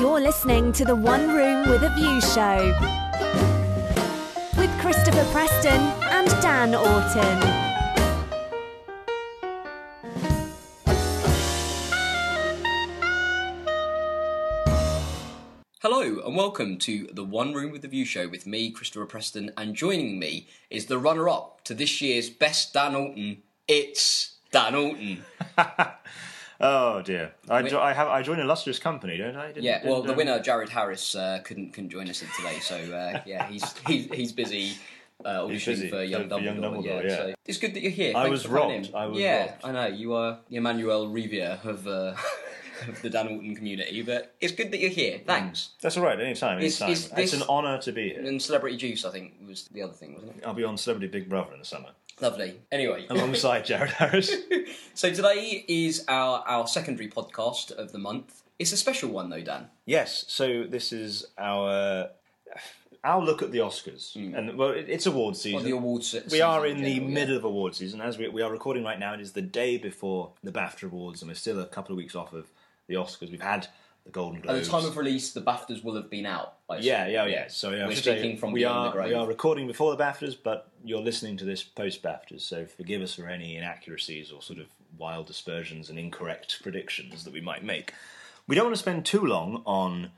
You're listening to the One Room with a View show with Christopher Preston and Dan Orton. Hello and welcome to the One Room with a View show with me, Christopher Preston, and joining me is the runner up to this year's Best Dan Alton. It's Dan Alton. Oh dear. I, jo- I have I join illustrious company, don't I? Didn't- Yeah, well, didn't, the um, winner, Jared Harris, uh, couldn't couldn't join us in today, so uh, yeah, he's he, he's busy. Uh, auditioning He's busy for Young for Dumbledore. Young Dumbledore, yeah. So it's good that you're here. I Thanks was for coming robbed. in. I was yeah, robbed. I know you are the Emmanuel Riviere of, uh, of the Dan Alton community, but it's good that you're Mm. here. Thanks. That's all right. Any time, any Is- time. is It's, this- an honour to be here. And Celebrity Juice, I think, was the other thing, wasn't it? I'll be on Celebrity Big Brother in the summer Lovely. Anyway, alongside Jared Harris. So today is our, our secondary podcast of the month. It's a special one though, Dan. Yes. So this is our our look at the Oscars, and well, it, it's award Well, season. Hmm. Oh, the awards. se- we season are in the general, yeah. middle of award season as we, we are recording right now. It is the day before the BAFTA awards, and we're still a couple of weeks off of the Oscars. We've had the Golden At the Globes. time of release, the Baftas will have been out. I assume. Yeah, yeah, yeah. So yeah, I we're should say speaking from we beyond are the grave. we are recording before the Baftas, but you're listening to this post Baftas. So forgive us for any inaccuracies or sort of wild dispersions and incorrect predictions that we might make. We don't want to spend too long on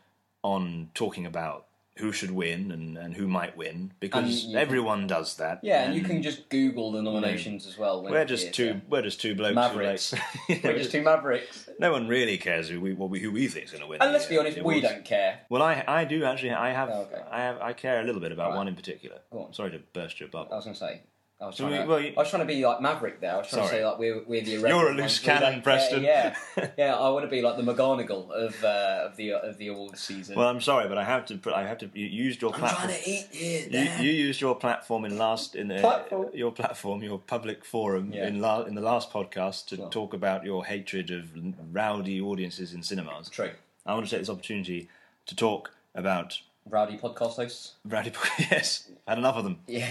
on talking about who should win and, and who might win because And you- everyone does that. yeah, and you can just Google the nominations as well. when We're it just appears, two. yeah. We're just two blokes. Mavericks. Who like, We're just two mavericks. no one really cares who we what we, who we think is going to win. And the, let's be uh, honest, the we awards. don't care. Well, I I do actually. I have Oh, okay. I have I care a little bit about one in particular. Go on. Oh. Sorry to burst your bubble. I was going to say. I was, trying we- to, well, you- I was trying to be like Maverick there. I was trying to Sorry. say like we're, we're the a irreverent loose ones. We don't cannon, care, Preston. Yeah, yeah. I want to be like the McGonagall of uh, of the of the awards season. Well, I'm sorry, but I have to. put- I have to. You used your platform. eat here. You, you used your platform in last in the Platform? your platform your public forum Yeah. in la, in the last podcast to talk about your hatred of l- rowdy audiences in cinemas. True. I want to take this opportunity to talk about Rowdy podcast hosts. rowdy. Yes, had enough of them. Yeah.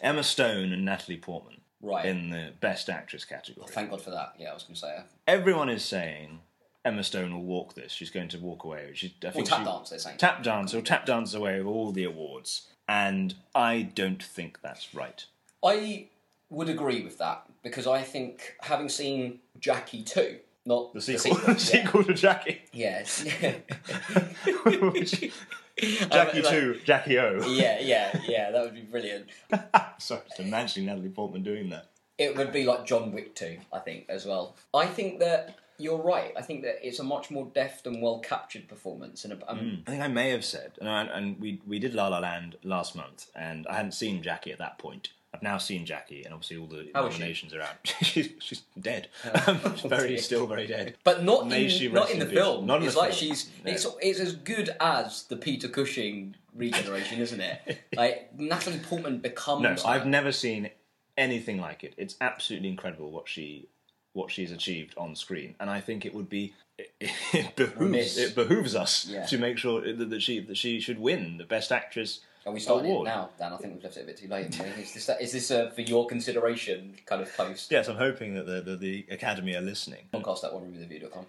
Emma Stone and Natalie Portman Right. in the best actress category. Thank God for that. Yeah, I was going to say. uh, everyone is saying Emma Stone will walk this. She's going to walk away. She, I Or think tap she, dance, they're saying. Tap dance. She'll tap dance away with all the awards. And I don't think that's right. I would agree with that because I think having seen Jackie 2, not The sequel, the yeah. sequel to Jackie. Yes. Jackie Jackie 2, Jackie O. Yeah, yeah, yeah, that would be brilliant. Sorry, just imagining Natalie Portman doing that. It would be like John Wick 2, I think, as well. I think that you're right. I think that it's a much more deft and well captured performance. And a, um, I think I may have said, and, I, and we, we did La La Land last month, and I hadn't seen Jackie at that point. I've now seen Jackie, and obviously all the How is she? nominations are out. she's, she's dead. Um, she's very, dear. still very dead. But not May in, she not rest in the in peace. film. Not in the it's like film. she's No. it's it's as good as the Peter Cushing regeneration, isn't it? Like Natalie Portman becomes. No, her. I've never seen anything like it. It's absolutely incredible what she what she's achieved on screen, and I think it would be it, it Remiss. behooves it behooves us Yeah. to make sure that, that she that she should win the best actress Are we starting it award. now, Dan? I think we've left it a bit too late. haven't we? Is this is this uh, for your consideration kind of post? Yes, I'm hoping that the, the, the Academy are listening Podcast that one with the video.com.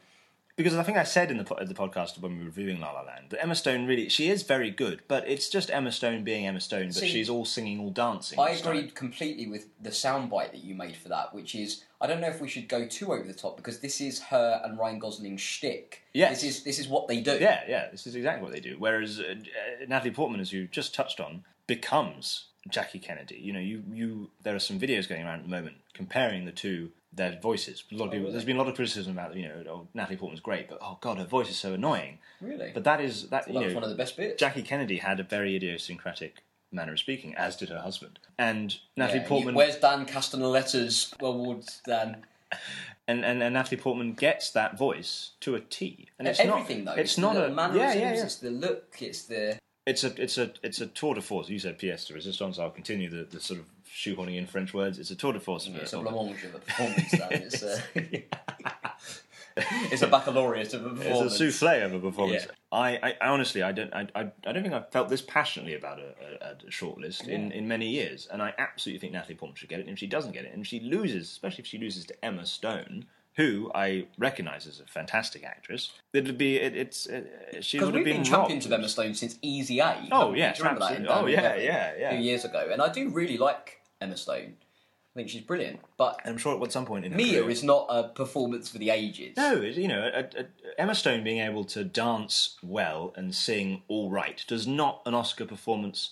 because I think I said in the po- the podcast when we were reviewing La La Land that Emma Stone really she is very good, but it's just Emma Stone being Emma Stone, but See, she's all singing, all dancing. I this time. agreed completely with the soundbite that you made for that, which is I don't know if we should go too over the top because this is her and Ryan Gosling's shtick. Yes. this is this is what they do. Yeah, yeah, this is exactly what they do. Whereas uh, uh, Natalie Portman, as you just touched on, becomes Jackie Kennedy. You know, you you there are some videos going around at the moment comparing the two their voices. A lot Oh, of people, there's been a lot of criticism about you know oh, Natalie Portman's great, but oh god, her voice is so annoying. really. But that is that that you was know one of the best bits. Jackie Kennedy had a very idiosyncratic manner of speaking, as did her husband. And Natalie Yeah, you- Portman where's Dan Castanella's awards, Dan? and, and, and Natalie Portman gets that voice to a T. And it's Everything not though. it's not the a mannerisms, yeah, yeah, yeah. It's the look. It's the it's a it's a it's a tour de force. You said pièce de résistance. I'll continue the, the sort of shoehorning in French words. It's a tour de force. of it's a- a of a- blancmange of a performance, Dan. It's a it's a baccalaureate of a it's a performance. souffle of a performance. Yeah. I, I, I honestly, I don't, I, I, I don't think I've felt this passionately about a, a, a shortlist in, in many years, and I absolutely think Natalie Portman should get it. And if she doesn't get it, and she loses, especially if she loses to Emma Stone, who I recognise as a fantastic actress. It would be it, it's it, she Because would we've have been, been champions of robbed. Emma Stone since Easy A. Oh, yeah, yes, remember that in absolutely. Oh, Downton yeah, Abbey yeah, yeah. A few years ago, and I do really like Emma Stone. I think she's brilliant, but And I'm sure at some point in her Mia career- is not a performance for the ages. No, it- you know, a, a, Emma Stone being able to dance well and sing all right does not an Oscar performance,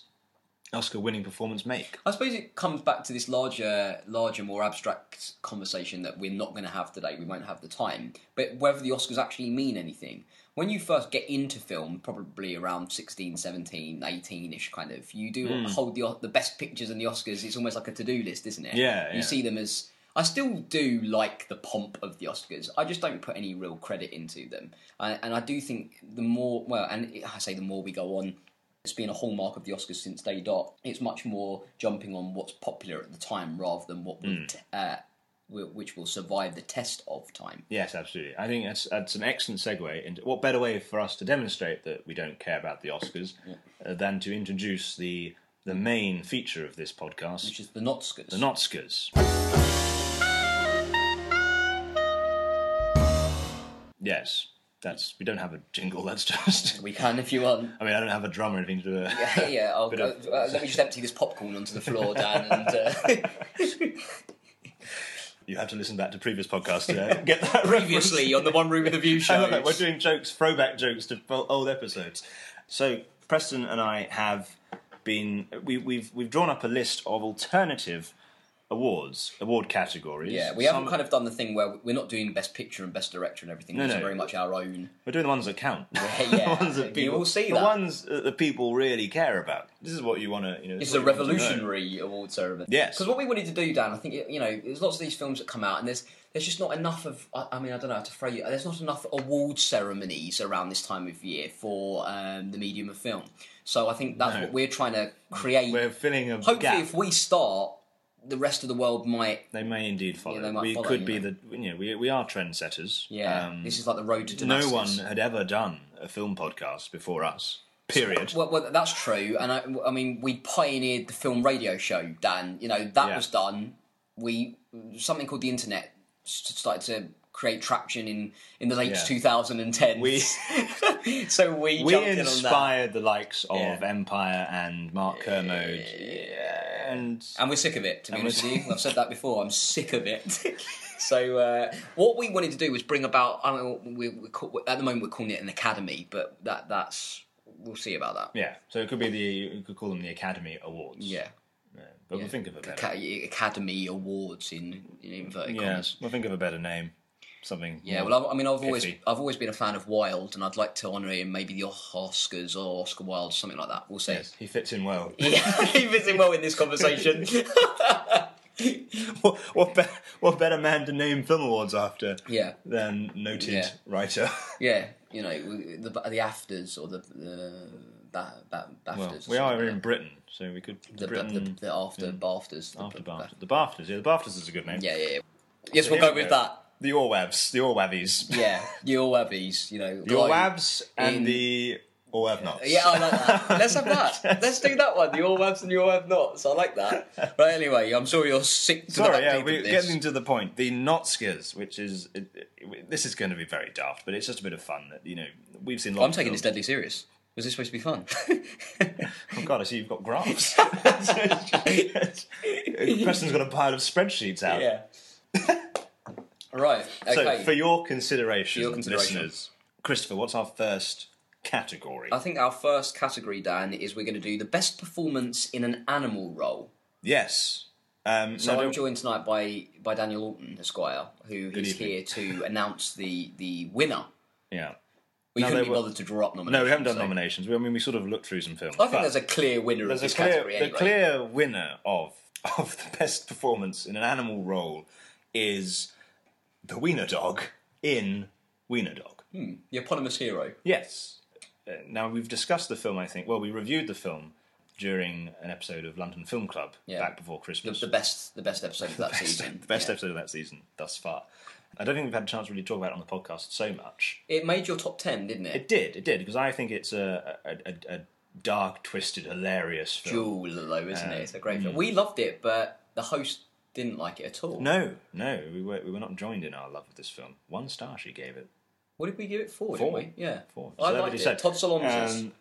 Oscar-winning performance make. I suppose it comes back to this larger, larger, more abstract conversation that we're not going to have today. We won't have the time. But whether the Oscars actually mean anything. When you first get into film, probably around 16, 17, 18 ish kind of, you do Hmm. hold the, the best pictures and the Oscars. It's almost like a to do list, isn't it? Yeah, You yeah. see them as. I still do like the pomp of the Oscars. I just don't put any real credit into them. I, and I do think the more, well, and I say the more we go on, it's been a hallmark of the Oscars since day dot. It's much more jumping on what's popular at the time rather than what will Hmm. t- uh, will- which will survive the test of time. Yes, absolutely. I think that's, that's an excellent segue. And what better way for us to demonstrate that we don't care about the Oscars uh, than to introduce the the main feature of this podcast, Which is the Notscars. the Notskers. Yes, that's we don't have a jingle. That's just. we can if you want. I mean, I don't have a drum or anything to do. uh, with it. yeah, I'll, Bit go- of- uh, let me just empty this popcorn onto the floor, Dan, and uh, You have to listen back to previous podcasts to uh, get that reference. previously on the One Room with a View I show. love that. We're doing jokes, throwback jokes to fo- old episodes. So Preston and I have been we, we've we've drawn up a list of alternative awards, award categories. Yeah, we haven't kind of done the thing where we're not doing Best Picture and Best Director and everything. These are no. very much our own. We're doing the ones that count. yeah, the ones that you people will see the that. ones that the people really care about. This is what you want to you know. It's what a you want to know. revolutionary award ceremony. Yes. Because what we wanted to do, Dan, I think you know, there's lots of these films that come out, and there's there's just not enough of. I, I mean, I don't know how to phrase it. There's not enough award ceremonies around this time of year for um, the medium of film. So I think that's No. what we're trying to create. We're filling a Hopefully, gap. if we start, the rest of the world might. they may indeed follow. they might we follow, could you be know. the you know we we are trendsetters. Yeah, Um, this is like the road to Damascus. no one had ever done a film podcast before us. Period. Well, well, that's true, and I, I mean, we pioneered the film radio show, Dan. You know that Yeah. was done. We something called the internet s- started to create traction in in the late Yeah. 2010. We- so we we jumped in on that, inspired the likes of Yeah. Empire and Mark Kermode. Yeah, and and we're sick of it. To be And we're honest with you, I've said that before. I'm sick of it. so uh, what we wanted to do was bring about. I don't know. We, we call, at the moment we're calling it an academy, but that that's we'll see about that. yeah, so it could be the you could call them the Academy Awards. Yeah. but we'll think of a better. Aca- Academy Awards in, in inverted yeah, commas. we'll think of a better name. Something. Yeah, more- well, I've, I mean, I've always iffy. I've always been a fan of Wilde, and I'd like to honour him maybe the Oscars or Oscar Wilde, something like that. We'll see. Yes, he fits in well. Yeah, he fits in well in this conversation. what, what, be- what better man to name film awards after? Yeah. Than noted Yeah. writer. yeah, you know we- the the afters or the the ba- ba- BAFTAs. well, or we something are like in that. Britain, so we could the, Britain the, the after BAFTAs. The, after BAFTAs. The BAFTAs. Yeah, the BAFTAs is a good name. Yeah, yeah, yeah. Yes, So we'll here go we with go. that. The Orwebs. The Orwebbies. Yeah, your Webbies, you know. The like- Orwabs in- and the Orwab nots. Yeah, I like that. Let's have that. Let's do that one. The all webs and the all web nots. I like that. Right. Anyway, I'm sure you're sick to Sorry, the yeah, update we're of this. getting to the point. The Notskers, which is it, it- this is going to be very daft, but it's just a bit of fun that you know we've seen. Lots I'm taking of this deadly serious. Was this supposed to be fun? Oh God, I see you've got graphs. Preston's got a pile of spreadsheets out. yeah. right. So, Okay. for your consideration, For your consideration. listeners, Christopher, what's our first category? I think our first category, Dan, is we're going to do the best performance in an animal role. yes. Um, So now I'm don't- joined tonight by by Daniel Alton, Esquire, who is evening. here to announce the the winner. yeah. We No, couldn't they be were- bothered to draw up nominations. No, we haven't done so- nominations. We, I mean, we sort of looked through some films. I think there's a clear winner of There's this a clear, category. the anyway. clear winner of of the best performance in an animal role is the wiener dog in Wiener Dog. The eponymous hero. Yes. Uh, Now we've discussed the film. I think. Well, we reviewed the film during an episode of London Film Club Yeah. back before the, Christmas. the best the best episode of that season. the best Yeah. episode of that season thus far. I don't think we've had a chance to really talk about it on the podcast so much. It made your top ten, didn't it? It did, it did, because I think it's a a, a, a dark, twisted, hilarious film. Mm. Jewel though, isn't it? It's a great film. We loved it, but the host didn't like it at all. No, no, we were we were not joined in our love of this film. One star she gave it. What did we give it for? Four. Didn't we? Yeah, Four. I Deservedly liked it. so. Todd Solondz's. Um,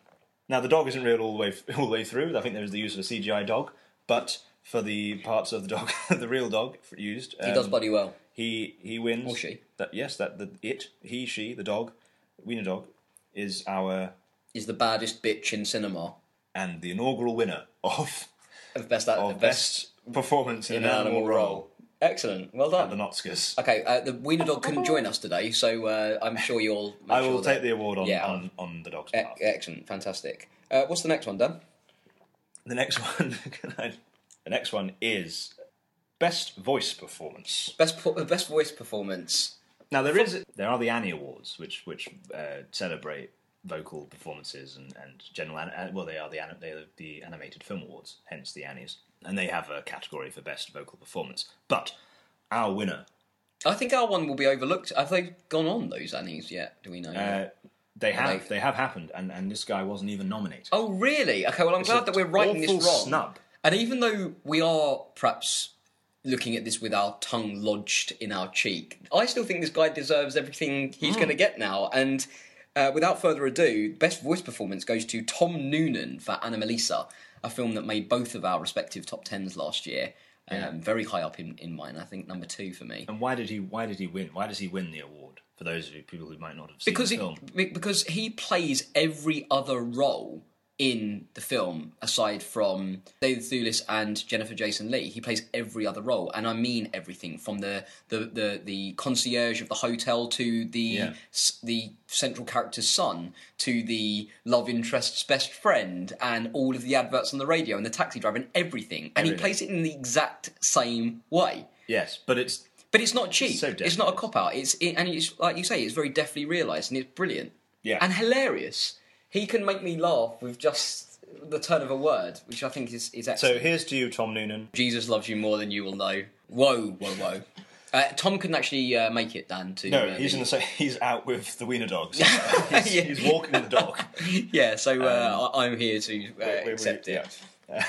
now the dog isn't real all the way all the way through. I think there was the use of a CGI dog, but for the parts of the dog, the real dog f- used, he um, does bloody well. He he wins. Or she. That yes, that the it he she the dog, wiener dog, is our Is the baddest bitch in cinema. and the inaugural winner of Of best, of of best, best, performance in, an animal, role Excellent. Well at the done. Oscars. Okay, uh, the wiener dog couldn't join us today, so uh, I'm sure you'll. Make I will sure that- take the award on, Yeah. on, on the dog's E- behalf. excellent, fantastic. Uh, what's the next one, Dan? The next one, can I, the next one is best voice performance. Best po- uh, best voice performance. Now there is there are the Annie Awards, which which uh, celebrate vocal performances and and general an- uh, well they are the ani- they are the animated film awards, hence the Annies, and they have a category for best vocal performance. But our winner, I think our one will be overlooked. Have they gone on those Annies yet? Do we know? uh, they have they- they have happened, and and this guy wasn't even nominated. oh, really? Okay. Well, I'm It's glad a that we're writing this awful wrong. snub. And even though we are perhaps looking at this with our tongue lodged in our cheek, I still think this guy deserves everything he's Mm. going to get now. And uh, without further ado, best voice performance goes to Tom Noonan for Animalisa, a film that made both of our respective top tens last year. Um, Very high up in, in mine, I think number two for me. And why did he why did he win? Why does he win the award? For those of you people who might not have seen because the he, film, be- because he plays every other role in the film aside from David Thewlis and Jennifer Jason Lee. He plays every other role, and I mean everything from the the the, the concierge of the hotel to the Yeah. s- the central character's son to the love interest's best friend and all of the adverts on the radio and the taxi driver and everything. And he Everything. plays it in the exact same way. yes, but it's But it's not cheap. It's, so not a desperate. cop out. It's it, and it's like you say, it's very deftly realised and it's brilliant. Yeah. And hilarious. He can make me laugh with just the turn of a word, which I think is is excellent. so. Here's to you, Tom Noonan. Jesus loves you more than you will know. Whoa, whoa, whoa. Uh, Tom couldn't actually uh, make it, Dan. To No, uh, he's the- in the sa- he's out with the wiener dog. So he's, Yeah. he's walking the dog. yeah. So uh, I, I'm here to uh, we- accept it. yeah.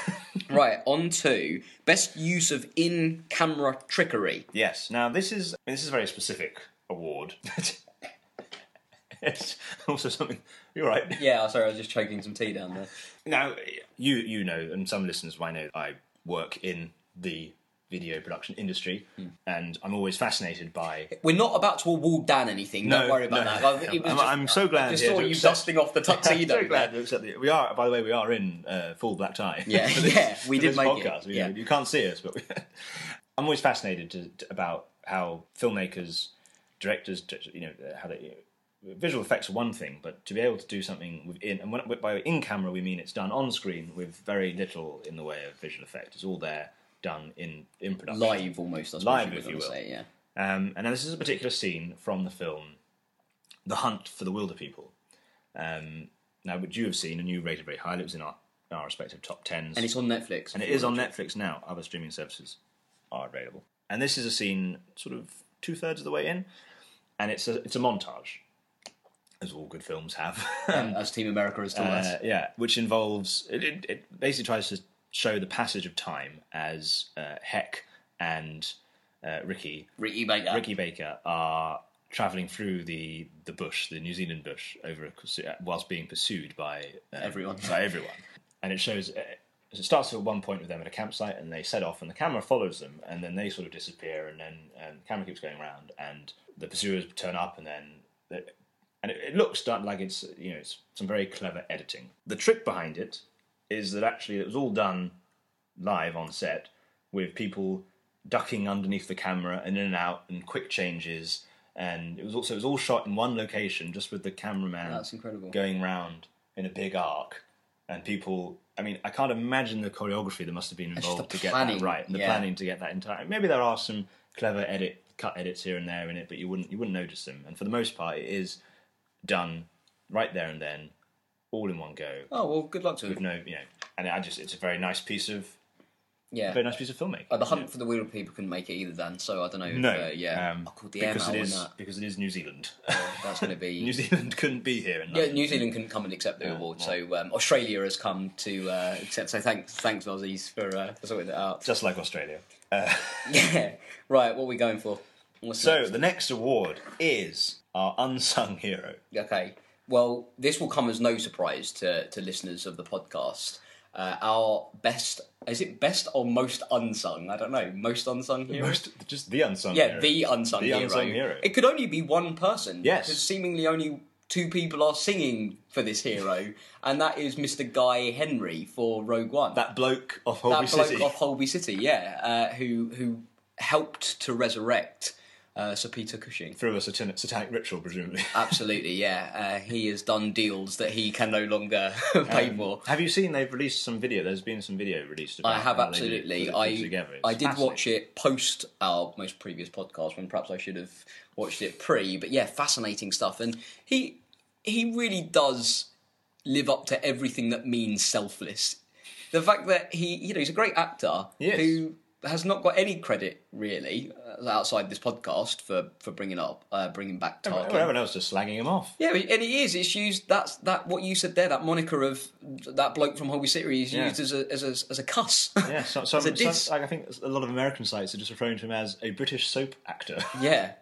Right on to best use of in-camera trickery. Yes. Now this is this is a very specific award. it's also something you're right. Yeah, sorry, I was just choking some tea down there. Now you you know, and some listeners might know I work in the video production industry Hmm. and I'm always fascinated by We're not about to award Dan anything. don't No, worry about no. that. I- it was I'm- just- I'm so glad I just here saw to you accept- dusting off the tuxedo. I'm so glad to accept that we are. By the way, we are in uh, full black tie. Yeah, for this- yeah, we for did this make it, podcast. We- yeah. you can't see us, but we, I'm always fascinated to, to- about how filmmakers, directors, di- you know, uh, how they visual effects are one thing, but to be able to do something within and when, by in camera we mean it's done on screen with very little in the way of visual effect. It's all there done in in production. Live, almost. I suppose Live, you would if you wanna will. Say, yeah. Um, and now this is a particular scene from the film The Hunt for the Wilder People. Um, now, which you have seen and you rated very highly, it was in our, our respective top tens. And it's on Netflix. And it is on Netflix now, other streaming services are available. And this is a scene sort of two thirds of the way in, and it's a, it's a montage, as all good films have. Uh, as Team America has done Uh, us. yeah, which involves it, it, it basically tries to show the passage of time as uh, Heck and uh, Ricky Ricky Baker. Ricky Baker are traveling through the the bush, the New Zealand bush, over a, whilst being pursued by uh, Everyone. by everyone, and it shows. Uh, it starts at one point with them at a campsite, and they set off, and the camera follows them, and then they sort of disappear, and then um, the camera keeps going around, and the pursuers turn up, and then they- and it, it looks done like it's you know it's some very clever editing. The trick behind it is that actually it was all done live on set with people ducking underneath the camera and in and out and quick changes and it was also it was all shot in one location just with the cameraman That's incredible. going round in a big arc and people I mean I can't imagine the choreography that must have been just the involved to get planning, that right and the yeah. planning to get that entire maybe there are some clever edit cut edits here and there in it but you wouldn't you wouldn't notice them and for the most part it is done right there and then all in one go Oh, well, good luck to with him. no you know and I just it's a very nice piece of Yeah. very nice piece of filmmaking Uh, the Hunt for the Wheel People couldn't make it either, Dan, so I don't know if, No, uh, yeah. um, I called the air because mail it on is that. because it is New Zealand. That's going to be... New Zealand couldn't be here. In Yeah, London. New Zealand couldn't come and accept the award, so um, Australia has come to uh, accept. So thanks, thanks, Aussies, for, uh, for sorting it out. just like Australia. yeah. Right. What are we going for? What's So next? the next award is our unsung hero. Okay. Well, this will come as no surprise to, to listeners of the podcast. Uh, our best is it best or most unsung? I don't know. Most unsung hero. Most just the unsung yeah, hero. the uh, unsung The hero. unsung hero. It could only be one person. Yes. Because seemingly only two people are singing for this hero, and that is Mr. Guy Henry for Rogue One. that bloke of That Holby bloke City. off Holby City, yeah, uh, who who helped to resurrect uh, Sir Peter Cushing. through a satan- satanic ritual, presumably. Absolutely, yeah. Uh, he has done deals that he can no longer pay for. Have you seen they've released some video? There's been some video released. About I have how they did it, absolutely. put it I together. It's I did fascinating. watch it post our most previous podcast when perhaps I should have watched it pre. But yeah, fascinating stuff. And he he really does live up to everything that means selfless. The fact that he you know he's a great actor Yes. who has not got any credit really uh, outside this podcast for for bringing up uh, bringing back Tarkin. Oh, Everyone else just slagging him off. Yeah, but- and it is. It's used. That's that. What you said there, that moniker of that bloke from Holby City, is Yeah. used as a as a as a cuss. Yeah, so, so, as a so- diss. like, I think a lot of American sites are just referring to him as a British soap actor. yeah.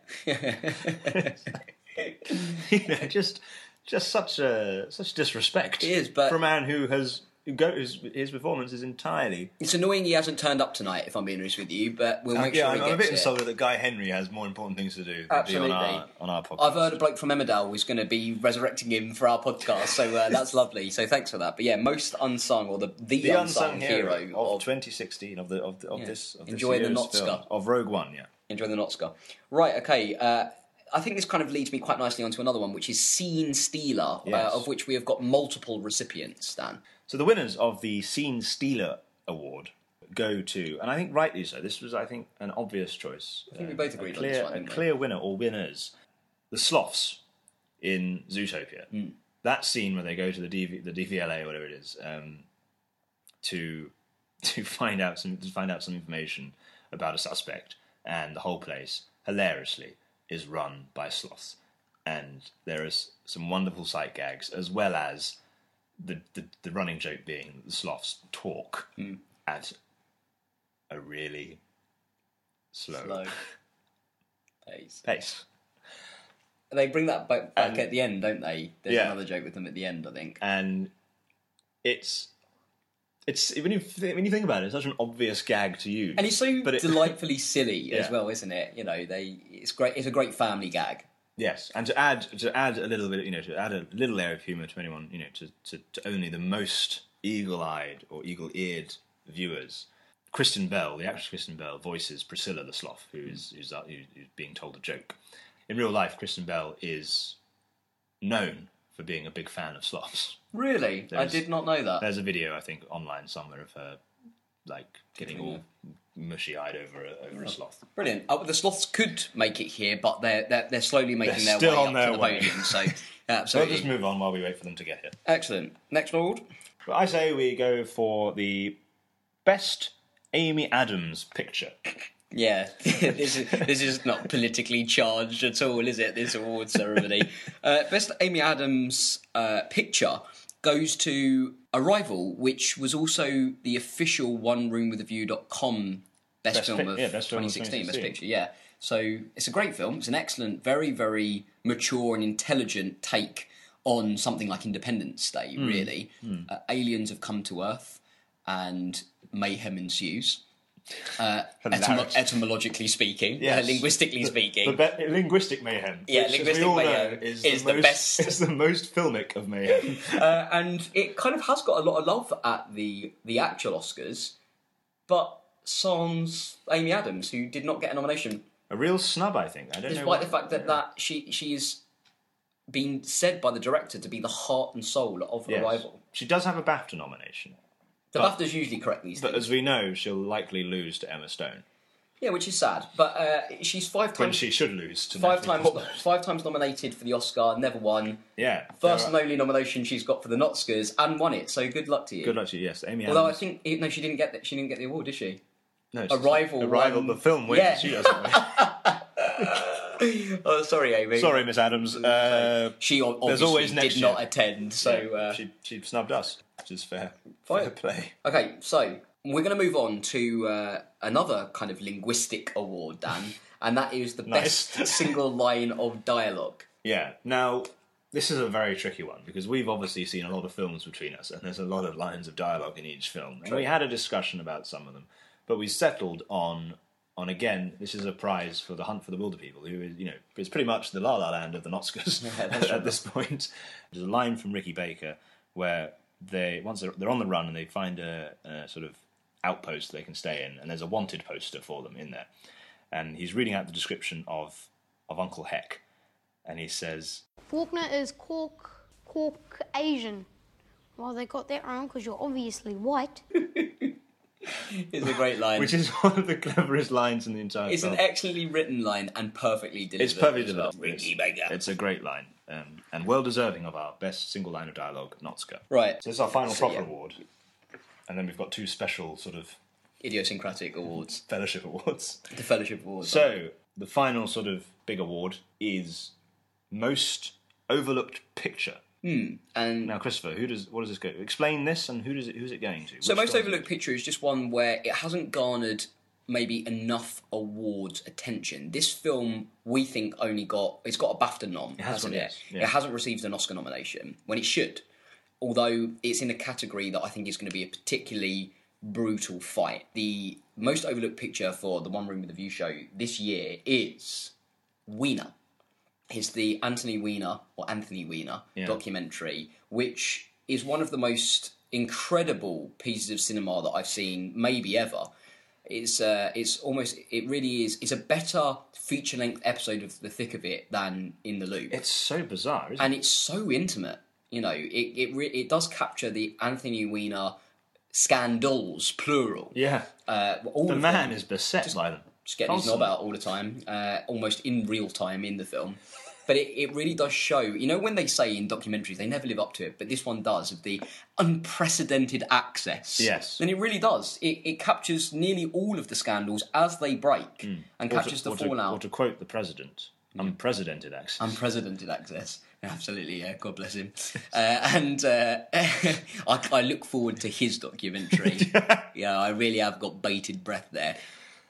you know, just just such a such disrespect. It is, but- for a man who has who go his, his performance is entirely. it's annoying he hasn't turned up tonight. If I'm being honest with you, but we'll make Uh, yeah, sure he I'm, I'm a gets bit it. insulted that Guy Henry has more important things to do than Absolutely. be on our on our podcast. I've heard a bloke from Emmerdale was going to be resurrecting him for our podcast, so uh, that's lovely. So thanks for that. But yeah, most unsung or the the, the unsung, hero, of, of 2016 of the of, the, of this of this Enjoy the year's Notska. film, of Rogue One. Yeah, Enjoy the Notska. Right, okay. Uh, I think this kind of leads me quite nicely onto another one, which is Scene Stealer, Yes. uh, of which we have got multiple recipients, Dan. So the winners of the Scene Stealer Award go to, and I think rightly so. This was, I think, an obvious choice. I think we both agreed a on clear, this one, A didn't we? clear winner or winners, the Sloths in Zootopia. Hmm. That scene where they go to the DV, the DVLA, whatever it is, um, to to find out some to find out some information about a suspect, and the whole place hilariously is run by sloths. And there is some wonderful sight gags, as well as the, the, the running joke being that the sloths talk Hmm. at a really slow, Slow. pace. pace. They bring that back, back at the end, don't they? There's Yeah. another joke with them at the end, I think. And it's it's when you th- when you think about it, it's such an obvious gag to use. And it's so But it- delightfully silly as Yeah. well, isn't it? You know, they it's great. It's a great family gag. yes, and to add to add a little bit, you know, to add a little layer of humor to anyone, you know, to to, to only the most eagle-eyed or eagle-eared viewers. Kristen Bell, the actress Kristen Bell, voices Priscilla the sloth, who is who's, uh, who- who's being told a joke. In real life, Kristen Bell is known for being a big fan of sloths. Really, There's- I did not know that. There's a video I think online somewhere of her like getting all mushy-eyed over a, over a sloth. Brilliant. Uh, the sloths could make it here, but they're they're, they're slowly making They're their still way on up their to the way. podium. So, So we'll just absolutely move on while we wait for them to get here. excellent. Next award. But I say we go for the best Amy Adams picture. Yeah, this is this is not politically charged at all, is it? This award ceremony. uh, best Amy Adams uh, picture goes to Arrival, which was also the official One Room with a View.com best, Best film pic- of yeah, best film of 2016, best 2016. picture. Yeah, so it's a great film. It's an excellent, very very mature and intelligent take on something like Independence Day. Hmm. Really, Uh, aliens have come to Earth, and mayhem ensues. Etymo- Hilarious. etymologically speaking, Yes. uh, linguistically The speaking. be- linguistic mayhem. Yeah, which, as linguistic we all mayhem know, is, is the, the most, best. Is the most filmic of mayhem. Uh, and it kind of has got a lot of love at the the actual Oscars, but sans Amy Adams, who did not get a nomination, a real snub, I think. I don't know. despite what- the fact that, that she she is being said by the director to be the heart and soul of Yes. Arrival. She does have a BAFTA nomination, The BAFTAs usually correct these but things. as we know, she'll likely lose to Emma Stone Yeah, which is sad. But uh, she's five when times she should lose to five Natalie times Portman. five times nominated for the Oscar, never won. Yeah, First there and are- only nomination she's got for the Notskers and won it. So good luck to you. Good luck to you. Yes, Amy. Although I Adams. think eh, no, she didn't get that. She didn't get the award, did she? no, it's- Arrival Arrival. won- The film wins. Yeah. She doesn't. Win. Oh, sorry, Amy. Sorry, Miss Adams. Uh, She o- obviously always next did not year. attend. So uh, she she snubbed us, which is fair. Fine. Fair play. okay, so We're going to move on to uh, another kind of linguistic award, Dan, and that is the Nice. best single line of dialogue. Yeah. Now, this is a very tricky one because we've obviously seen a lot of films between us, and there's a lot of lines of dialogue in each film. And we had a discussion about some of them, but we settled on on again. This is a prize for the Hunt for the Wilder People, who is you know it's pretty much the La La Land of the Notskers that's at this point. There's a line from Ricky Baker where they once they're, they're on the run and they find a, a sort of outpost they can stay in, and there's a wanted poster for them in there, and he's reading out the description of of Uncle Heck, and he says. Faulkner is Cork, Cork Asian. Well, they got that wrong because you're obviously white. It's a great line. which is one of the cleverest lines in the entire it's film. an excellently written line and perfectly delivered. it's perfectly as well. delivered. It's, it's a great line um, and well deserving of our best single line of dialogue, Notska. Right. So this is our final So, proper yeah. award, and then we've got two special sort of Idiosyncratic awards, fellowship awards. the fellowship awards. So the final sort of big award is most overlooked picture. and Now, Christopher, who does what does this go? Explain this, and who does it? Who's it going to? So Which most films- overlooked picture is just one where it hasn't garnered maybe enough awards attention. This film, we think, only got it's got a BAFTA nom, it has hasn't one, it? yes. Yeah. It hasn't received an Oscar nomination when it should. Although it's in a category that I think is going to be a particularly brutal fight. The most overlooked picture for the One Room with a View show this year is Wiener. It's the Anthony Weiner or Anthony Weiner documentary, which is one of the most incredible pieces of cinema that I've seen maybe ever. It's uh, it's almost it really is. It's a better feature length episode of The Thick of It than in the Loop, It's so bizarre, isn't and it's so intimate. You know, it it re- it does capture the Anthony Weiner scandals plural. it? Yeah, Uh, all the of man them. is beset by them. just getting his knob Constantly. out all the time, uh, almost in real time in the film. But it, it really does show, you know, when they say in documentaries they never live up to it, but this one does of the unprecedented access. Yes. And it really does. It, it captures nearly all of the scandals as they break and Or to- captures or the to- Or fallout. to quote the president, unprecedented access. Unprecedented access. Absolutely, yeah. God bless him. Uh, and uh, I, I look forward to his documentary. yeah, I really have got bated breath there.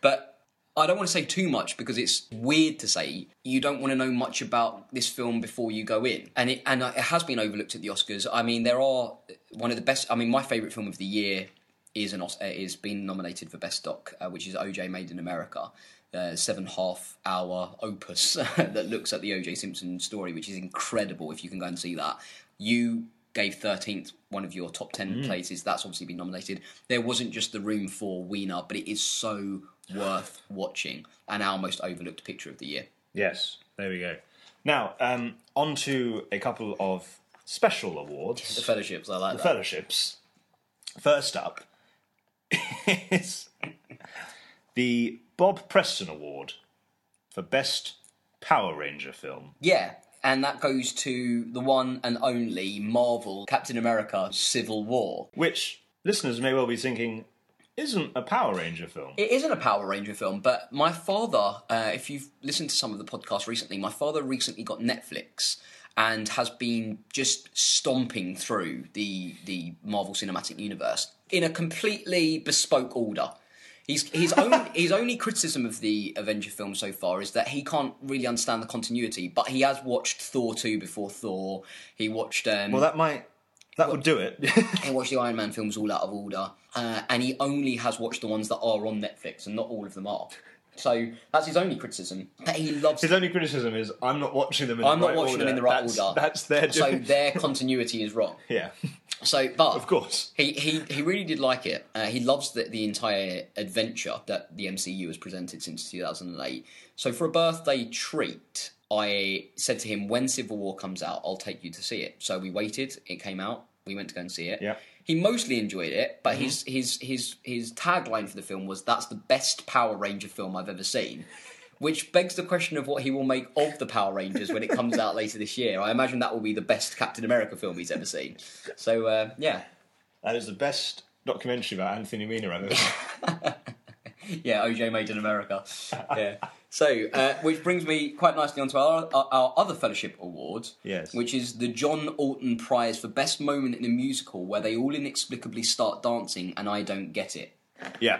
But I don't want to say too much because it's weird to say you don't want to know much about this film before you go in, and it and it has been overlooked at the Oscars. I mean, there are one of the best. I mean, my favorite film of the year is an Os- uh, is being nominated for best doc, uh, which is OJ Made in America. Uh, seven half hour opus that looks at the OJ Simpson story, which is incredible. If you can go and see that, you gave 13th one of your top 10 places that's obviously been nominated there wasn't just the room for wiener but it is so worth watching and our most overlooked picture of the year Yes, there we go. Now, um, on to a couple of special the awards, fellowships i like that fellowships. First up is the Bob Preston Award for Best Power Ranger Film. yeah and that goes to the one and only marvel captain america civil war which listeners may well be thinking isn't a Power Ranger film. It isn't a Power Ranger film, but my father, uh, if you've listened to some of the podcasts recently, my father recently got Netflix and has been just stomping through the the Marvel Cinematic Universe in a completely bespoke order. He's, his own his only criticism of the Avenger film so far is that he can't really understand the continuity, but he has watched Thor two before Thor. He watched um, well, that might that would do it. he watched the Iron Man films all out of order, uh, and he only has watched the ones that are on Netflix, and not all of them are. So that's his only criticism. But he loves. His only criticism is I'm not watching them. in I'm not the right watching order. them in the right that's, order. That's their so doing. their continuity is wrong. yeah, So, but of course. he, he he really did like it. Uh, he loves the, the entire adventure that the MCU has presented since 2008. So for a birthday treat, I said to him, "When Civil War comes out, I'll take you to see it." So we waited. It came out. We went to go and see it. Yeah. He mostly enjoyed it, but his his his his tagline for the film was "That's the best Power Ranger film I've ever seen." Which begs the question of what he will make of the Power Rangers when it comes out later this year. I imagine that will be the best Captain America film he's ever seen. So uh, yeah, That is the best documentary about Anthony Weiner I've ever. seen. Yeah, OJ Made in America. Yeah. So, uh, which brings me quite nicely onto our, our, our other fellowship award, Yes. which is the John Alton Prize for Best Moment in a Musical, where they all inexplicably start dancing, and I don't get it. Yeah.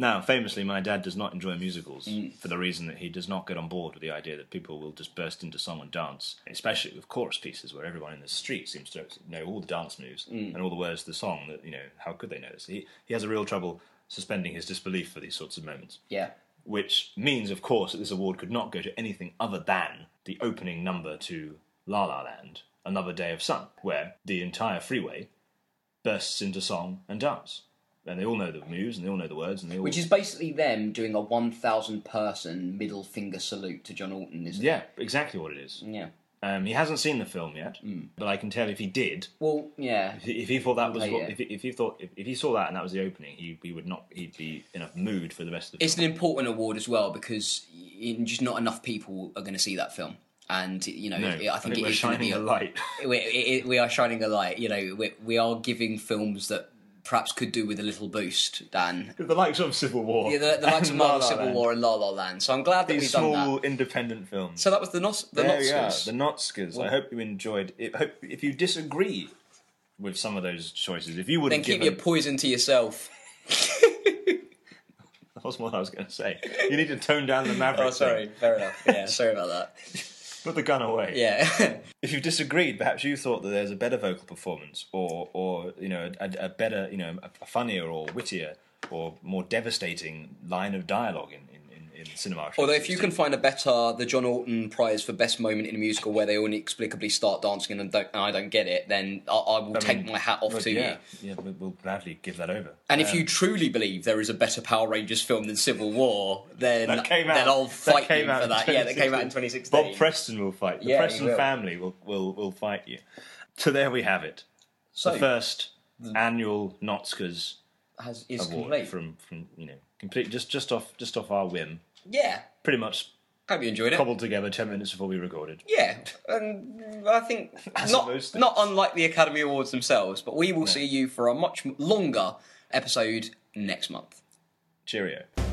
Now, famously, my dad does not enjoy musicals Mm. for the reason that he does not get on board with the idea that people will just burst into song and dance, especially with chorus pieces where everyone in the street seems to know all the dance moves Mm. and all the words to the song. That you know, how could they know this? He he has a real trouble suspending his disbelief for these sorts of moments, Yeah. which means, of course, that this award could not go to anything other than the opening number to La La Land, Another Day of Sun, where the entire freeway bursts into song and dance. And they all know the moves, and they all know the words, and they all Which is basically them doing a 1,000 person middle finger salute to John Orton, isn't Yeah, exactly what it is. it? Yeah. Um, he hasn't seen the film yet, Mm. but I can tell if he did, Well, yeah. if he- if he thought that was Okay, what, yeah. if, he, if he thought if, if he saw that and that was the opening, he, he would not he'd be in a mood for the rest of the It's an film. important award as well because y- y- just not enough people are going to see that film. And, you know, No, it- I think, it we're is going to shining be a light. we, it, we are shining a light. You know, we, we are giving films that perhaps could do with a little boost, Dan. the likes of Civil War, Yeah, the, the likes of and Marvel La La Civil Land. War and La La Land. So I'm glad that These we've done small that. independent films. So that was the Nos- the there we are, Notskis. the Notskis. I hope you enjoyed. It. Hope if you disagree with some of those choices, if you would Then have keep given, your poison to yourself. that was what I was going to say. You need to tone down the Maverick. Oh, sorry. thing. Fair enough. Yeah, sorry about that. put the gun away. Yeah. if you've disagreed, perhaps you thought that there's a better vocal performance, or or you know a, a better you know a, a funnier or wittier or more devastating line of dialogue in in, in, in cinema. Although, if you can find a better, the John Orton Prize for Best Moment in a Musical where they all inexplicably start dancing and, don't, and I don't get it, then I, I will take my hat off But to yeah, you. yeah, we- we'll gladly give that over. And if you truly believe there is a better Power Rangers film than Civil War, then, That came out. then I'll that fight came you out for in that. Yeah, that came out in 2016. Bob Preston will fight. The Yeah, he Preston will. family will, will will fight you. So there we have it. so, the first annual Notskers has, is award complete. from from you know complete just just off just off our whim. yeah. Pretty much Hope you enjoyed it. cobbled together 10 minutes before we recorded. Yeah, and I think As not most things. not unlike the Academy Awards themselves, but we will see you for a much m- longer episode next month. Cheerio.